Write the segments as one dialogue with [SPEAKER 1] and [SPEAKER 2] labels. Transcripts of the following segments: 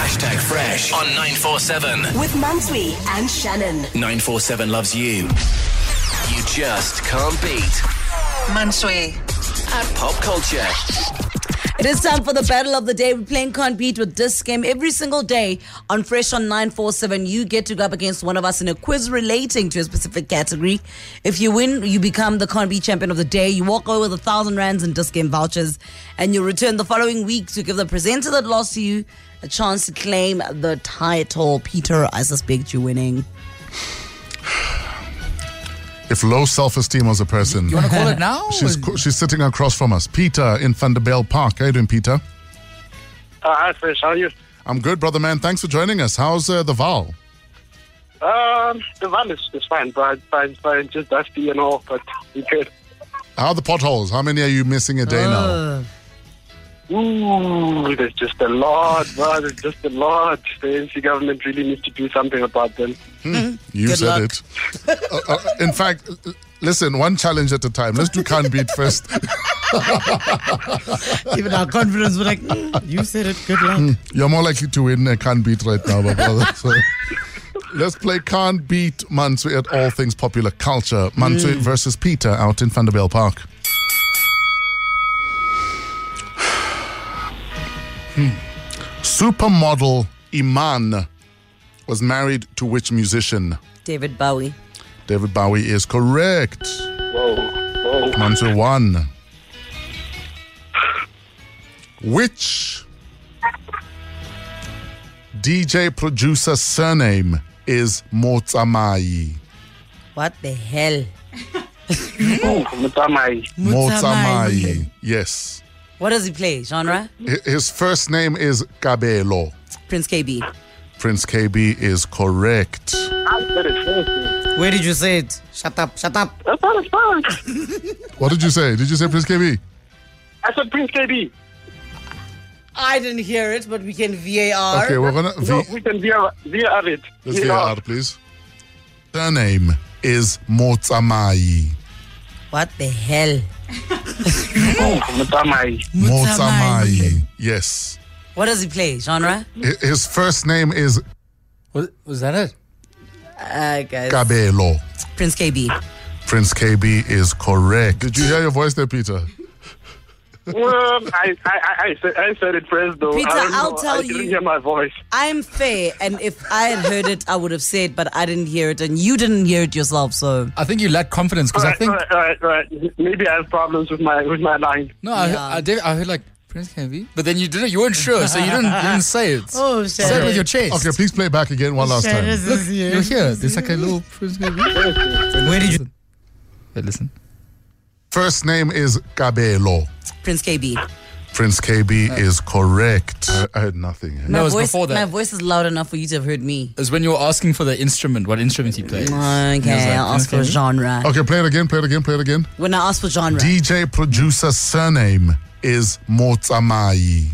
[SPEAKER 1] Hashtag Fresh on 947.
[SPEAKER 2] With Mansui and Shannon.
[SPEAKER 1] 947 loves you. You just can't beat.
[SPEAKER 3] Mansui.
[SPEAKER 1] At Pop Culture.
[SPEAKER 4] It is time for the battle of the day. We're playing Can't Beat with Disc Game every single day on Fresh on 947. You get to go up against one of us in a quiz relating to a specific category. If you win, you become the Can't Beat champion of the day. You walk away with a thousand rands in Disc Game vouchers, and you return the following week to give the presenter that lost to you a chance to claim the title. Peter, I suspect you're winning.
[SPEAKER 5] If low self esteem was a person,
[SPEAKER 6] You want to call it now?
[SPEAKER 5] she's, co- she's sitting across from us. Peter in Thunderbell Park. How you doing, Peter?
[SPEAKER 7] Uh, hi, Fresh. How are you?
[SPEAKER 5] I'm good, brother man. Thanks for joining us. How's uh, the Val?
[SPEAKER 7] Um, the van is, is fine, but fine, fine. Just dusty er and all, but we good.
[SPEAKER 5] How are the potholes? How many are you missing a day now?
[SPEAKER 7] Ooh, there's just a lot, bro. There's just a lot. er The NC government really needs to do something about them.
[SPEAKER 5] You
[SPEAKER 4] good
[SPEAKER 5] said
[SPEAKER 4] luck.
[SPEAKER 5] it. Uh, uh, in fact, l- l- listen, one challenge at a time. Let's do can't beat first.
[SPEAKER 6] Even our confidence was like, "Mm, you said it, good luck.
[SPEAKER 5] Hmm. You're more likely to win a can't beat right now, my brother. So let's play can't beat Mansui at all things popular culture. Mansui
[SPEAKER 6] Hmm.
[SPEAKER 5] versus Peter out in Thunderbell Park. Hmm. Supermodel Iman was married to which musician?
[SPEAKER 4] David Bowie.
[SPEAKER 5] David Bowie is correct.
[SPEAKER 7] Whoa, whoa.
[SPEAKER 5] Mansui one. Which DJ producer surname is Motsamai?
[SPEAKER 4] What the hell?
[SPEAKER 7] Ooh, Mutamai.
[SPEAKER 5] Motsamai. Yes.
[SPEAKER 4] What does he play? Genre?
[SPEAKER 5] Hi- His first name is Kabelo.
[SPEAKER 4] Prince KB.
[SPEAKER 5] Prince KB is correct.
[SPEAKER 7] I said it first.
[SPEAKER 6] Where did you say it? Shut up, shut up.
[SPEAKER 7] That's not as fun.
[SPEAKER 5] What did you say? Did you say Prince KB?
[SPEAKER 7] I said Prince KB.
[SPEAKER 6] I didn't hear it, but we can VAR.
[SPEAKER 5] Okay, we're gonna
[SPEAKER 7] No,
[SPEAKER 5] v-
[SPEAKER 7] we can VR, VR it.
[SPEAKER 5] let's
[SPEAKER 7] Yeah.
[SPEAKER 5] hear out, please. Surname is Motsamai.
[SPEAKER 4] What the hell?
[SPEAKER 7] Ooh, Mutamai.
[SPEAKER 5] Motsamai. Yes.
[SPEAKER 4] What does he play? Genre?
[SPEAKER 5] Hi- His first name is
[SPEAKER 6] Was, was that it?
[SPEAKER 4] Uh, guys.
[SPEAKER 5] Kabelo.
[SPEAKER 4] Prince KB.
[SPEAKER 5] Prince KB is correct. Did you hear your voice there, Peter?
[SPEAKER 7] Um, I, I, I, I, said, I said it first, though.
[SPEAKER 4] Peter,
[SPEAKER 7] I don't know.
[SPEAKER 4] I'll tell
[SPEAKER 7] I didn't
[SPEAKER 4] you.
[SPEAKER 7] hear my voice.
[SPEAKER 4] I'm fair, and if I had heard it, I would have said, but I didn't hear it, and you didn't hear it yourself, so.
[SPEAKER 6] I think you lack confidence
[SPEAKER 7] All
[SPEAKER 6] because I
[SPEAKER 7] right,
[SPEAKER 6] think.
[SPEAKER 7] all right, all right, all right. Maybe I have problems with my with my line.
[SPEAKER 6] No, I,
[SPEAKER 4] Yeah.
[SPEAKER 6] I, did, I heard like Prince Heavy, but then you didn't. You weren't sure, so you didn't. You didn't say it.
[SPEAKER 3] Oh,
[SPEAKER 6] say it with your
[SPEAKER 3] shit.
[SPEAKER 6] chest.
[SPEAKER 5] Okay, please play back again one last time.
[SPEAKER 6] Look, you're here. There's like a little Prince Heavy. Where did you? Hey, listen.
[SPEAKER 5] First name is Kabelo.
[SPEAKER 4] Prince KB.
[SPEAKER 5] Prince KB is correct. Uh, I, I had nothing. eh?
[SPEAKER 6] No,
[SPEAKER 4] my
[SPEAKER 6] it's
[SPEAKER 4] voice,
[SPEAKER 6] before that.
[SPEAKER 4] My voice is loud enough for you to have heard me.
[SPEAKER 6] Is when you were asking for the instrument, what instrument he plays.
[SPEAKER 4] Okay,
[SPEAKER 6] And he was like,
[SPEAKER 4] I'll ask for
[SPEAKER 6] "Prince Heavy."
[SPEAKER 4] genre.
[SPEAKER 5] Okay, play it again, play it again, play it again.
[SPEAKER 4] When I ask for genre,
[SPEAKER 5] DJ producer surname is Motsamai.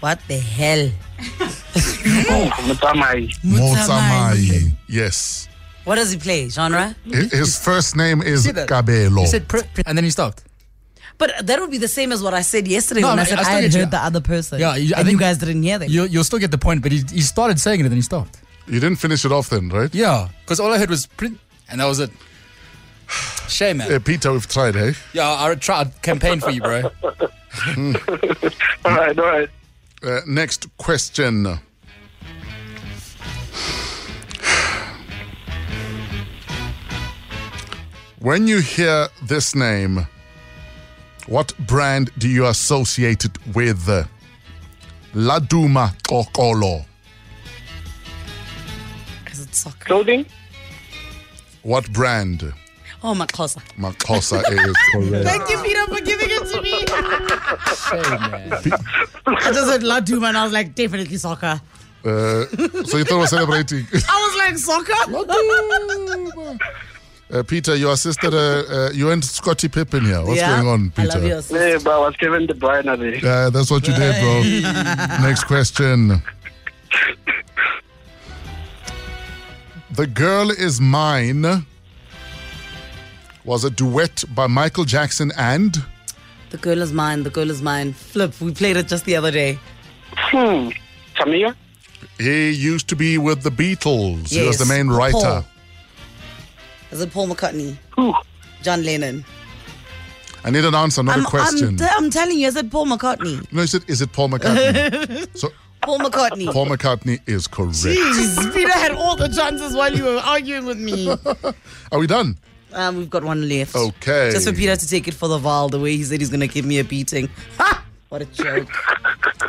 [SPEAKER 4] what the hell?
[SPEAKER 7] Ooh, Mutamai.
[SPEAKER 5] Motsamai. Yes.
[SPEAKER 4] What does he play? Genre?
[SPEAKER 5] Hi- His first name is
[SPEAKER 6] See that?
[SPEAKER 5] Kabelo.
[SPEAKER 6] You said pr- pr- and then he stopped.
[SPEAKER 4] But that would be the same as what I said yesterday
[SPEAKER 6] No,
[SPEAKER 4] when I,
[SPEAKER 6] I mean,
[SPEAKER 4] said
[SPEAKER 6] I
[SPEAKER 4] I,
[SPEAKER 6] still
[SPEAKER 4] had
[SPEAKER 6] get you.
[SPEAKER 4] heard the other person.
[SPEAKER 6] Yeah, you- I
[SPEAKER 4] and you
[SPEAKER 6] think-
[SPEAKER 4] guys didn't hear them.
[SPEAKER 6] You'll, you'll still get the point, but he, he started saying it and then he stopped.
[SPEAKER 5] You didn't finish it off then, right?
[SPEAKER 6] Yeah, because all I heard was print, and that was it. Shame, man.
[SPEAKER 5] Eh, Peter, we've tried, hey?
[SPEAKER 6] Yeah, I try I'd campaign for you, bro.
[SPEAKER 7] All right, all right.
[SPEAKER 5] Uh, next question. When you hear this name, what brand do you associate it with? Laduma Kokolo.
[SPEAKER 4] Because it's soccer.
[SPEAKER 7] Clothing.
[SPEAKER 5] What brand?
[SPEAKER 4] Oh, my closet.
[SPEAKER 5] Makosa is correct.
[SPEAKER 3] Thank you, Peter, for giving it to me.
[SPEAKER 6] Shame, man.
[SPEAKER 3] I just heard Laduma and I was like, definitely soccer.
[SPEAKER 5] Uh, so you thought we're celebrating.
[SPEAKER 3] I was like, soccer?
[SPEAKER 5] Uh, Peter, you assisted, uh, uh, you and Scotty Pippen here. What's
[SPEAKER 4] Yeah?
[SPEAKER 5] going on, Peter?
[SPEAKER 4] I love yours.
[SPEAKER 7] Yeah, but I was given the Brian are they?
[SPEAKER 5] Yeah, that's what you did, bro. Next question. The Girl Is Mine was a duet by Michael Jackson and.
[SPEAKER 4] The girl is mine, the girl is mine. Flip, we played it just the other day.
[SPEAKER 7] Hmm. Tamia?
[SPEAKER 5] He used to be with the Beatles. He was the
[SPEAKER 4] Yes.
[SPEAKER 5] main writer.
[SPEAKER 4] Paul. Is it Paul McCartney?
[SPEAKER 7] Whew.
[SPEAKER 4] John Lennon?
[SPEAKER 5] I need an answer, not
[SPEAKER 4] I'm,
[SPEAKER 5] a question.
[SPEAKER 4] I'm, t- I'm telling you, is it Paul McCartney?
[SPEAKER 5] no, he said, is it Paul McCartney? so
[SPEAKER 4] Paul McCartney.
[SPEAKER 5] Paul McCartney is correct.
[SPEAKER 3] Jeez, Peter had all the chances while you were arguing with me.
[SPEAKER 5] Are we done?
[SPEAKER 4] Um, we've got one left.
[SPEAKER 5] Okay.
[SPEAKER 4] Just for Peter to take it for the Val, the way he said he's going to give me a beating. Ha! What a joke.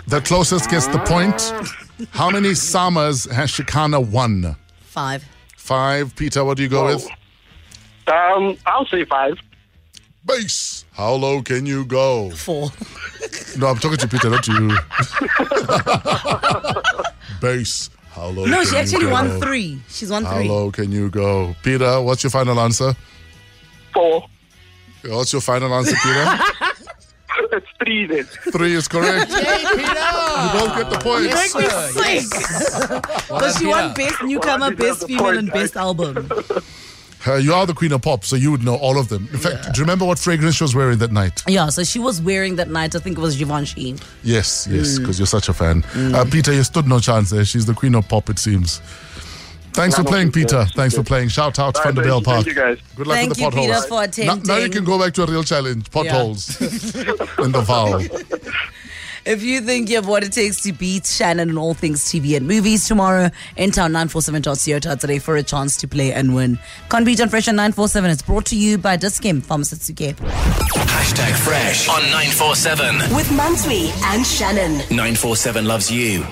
[SPEAKER 5] The closest gets the point. How many summers has Shikana won?
[SPEAKER 4] Five.
[SPEAKER 5] Five. Peter, what do you go with?
[SPEAKER 7] Um, I'll say five.
[SPEAKER 5] Base. How low can you go?
[SPEAKER 4] Four.
[SPEAKER 5] No, I'm talking to Peter, not to you. Base. How low
[SPEAKER 4] No,
[SPEAKER 5] can
[SPEAKER 4] she
[SPEAKER 5] you
[SPEAKER 4] actually won
[SPEAKER 5] go?
[SPEAKER 4] three. She's won
[SPEAKER 5] How
[SPEAKER 4] three.
[SPEAKER 5] low can you go? Peter, what's your final answer?
[SPEAKER 7] Four.
[SPEAKER 5] What's your final answer, Peter?
[SPEAKER 7] it's three then.
[SPEAKER 5] Three is correct.
[SPEAKER 6] Peter!
[SPEAKER 5] You both get the point.
[SPEAKER 6] Yes, sir.
[SPEAKER 4] Six. Because she won best newcomer, best female, and best album.
[SPEAKER 5] Uh, you are the queen of pop, so you would know all of them. In fact, do you remember what fragrance she was wearing that night?
[SPEAKER 4] Yeah, so she was wearing that night. I think it was Givenchy.
[SPEAKER 5] Yes, yes,
[SPEAKER 7] Mm.
[SPEAKER 5] because you're such a fan. Uh, Peter, you stood no chance there. She's the queen of pop, it seems. Thanks
[SPEAKER 7] No,
[SPEAKER 5] for
[SPEAKER 7] no,
[SPEAKER 5] playing,
[SPEAKER 7] she's
[SPEAKER 5] Peter.
[SPEAKER 7] good. She's
[SPEAKER 5] Thanks for
[SPEAKER 7] good.
[SPEAKER 5] playing. Shout out,
[SPEAKER 7] All right,
[SPEAKER 5] Vanderbell Park.
[SPEAKER 7] thank you, thank you, guys.
[SPEAKER 5] Good luck
[SPEAKER 4] Thank
[SPEAKER 5] with the
[SPEAKER 4] you, Peter,
[SPEAKER 5] potholes.
[SPEAKER 4] for
[SPEAKER 5] Now-
[SPEAKER 4] attempting.
[SPEAKER 5] Now you can go back to a real challenge potholes in the Val.
[SPEAKER 4] If you think you have what it takes to beat Shannon on all things TV and movies tomorrow, enter on 947.co today for a chance to play and win. Can't beat on Fresh on 947. It's brought to you by Diskim Pharmaceuticals.
[SPEAKER 1] Hashtag fresh on 947.
[SPEAKER 2] With Mansui and Shannon.
[SPEAKER 1] 947 loves you.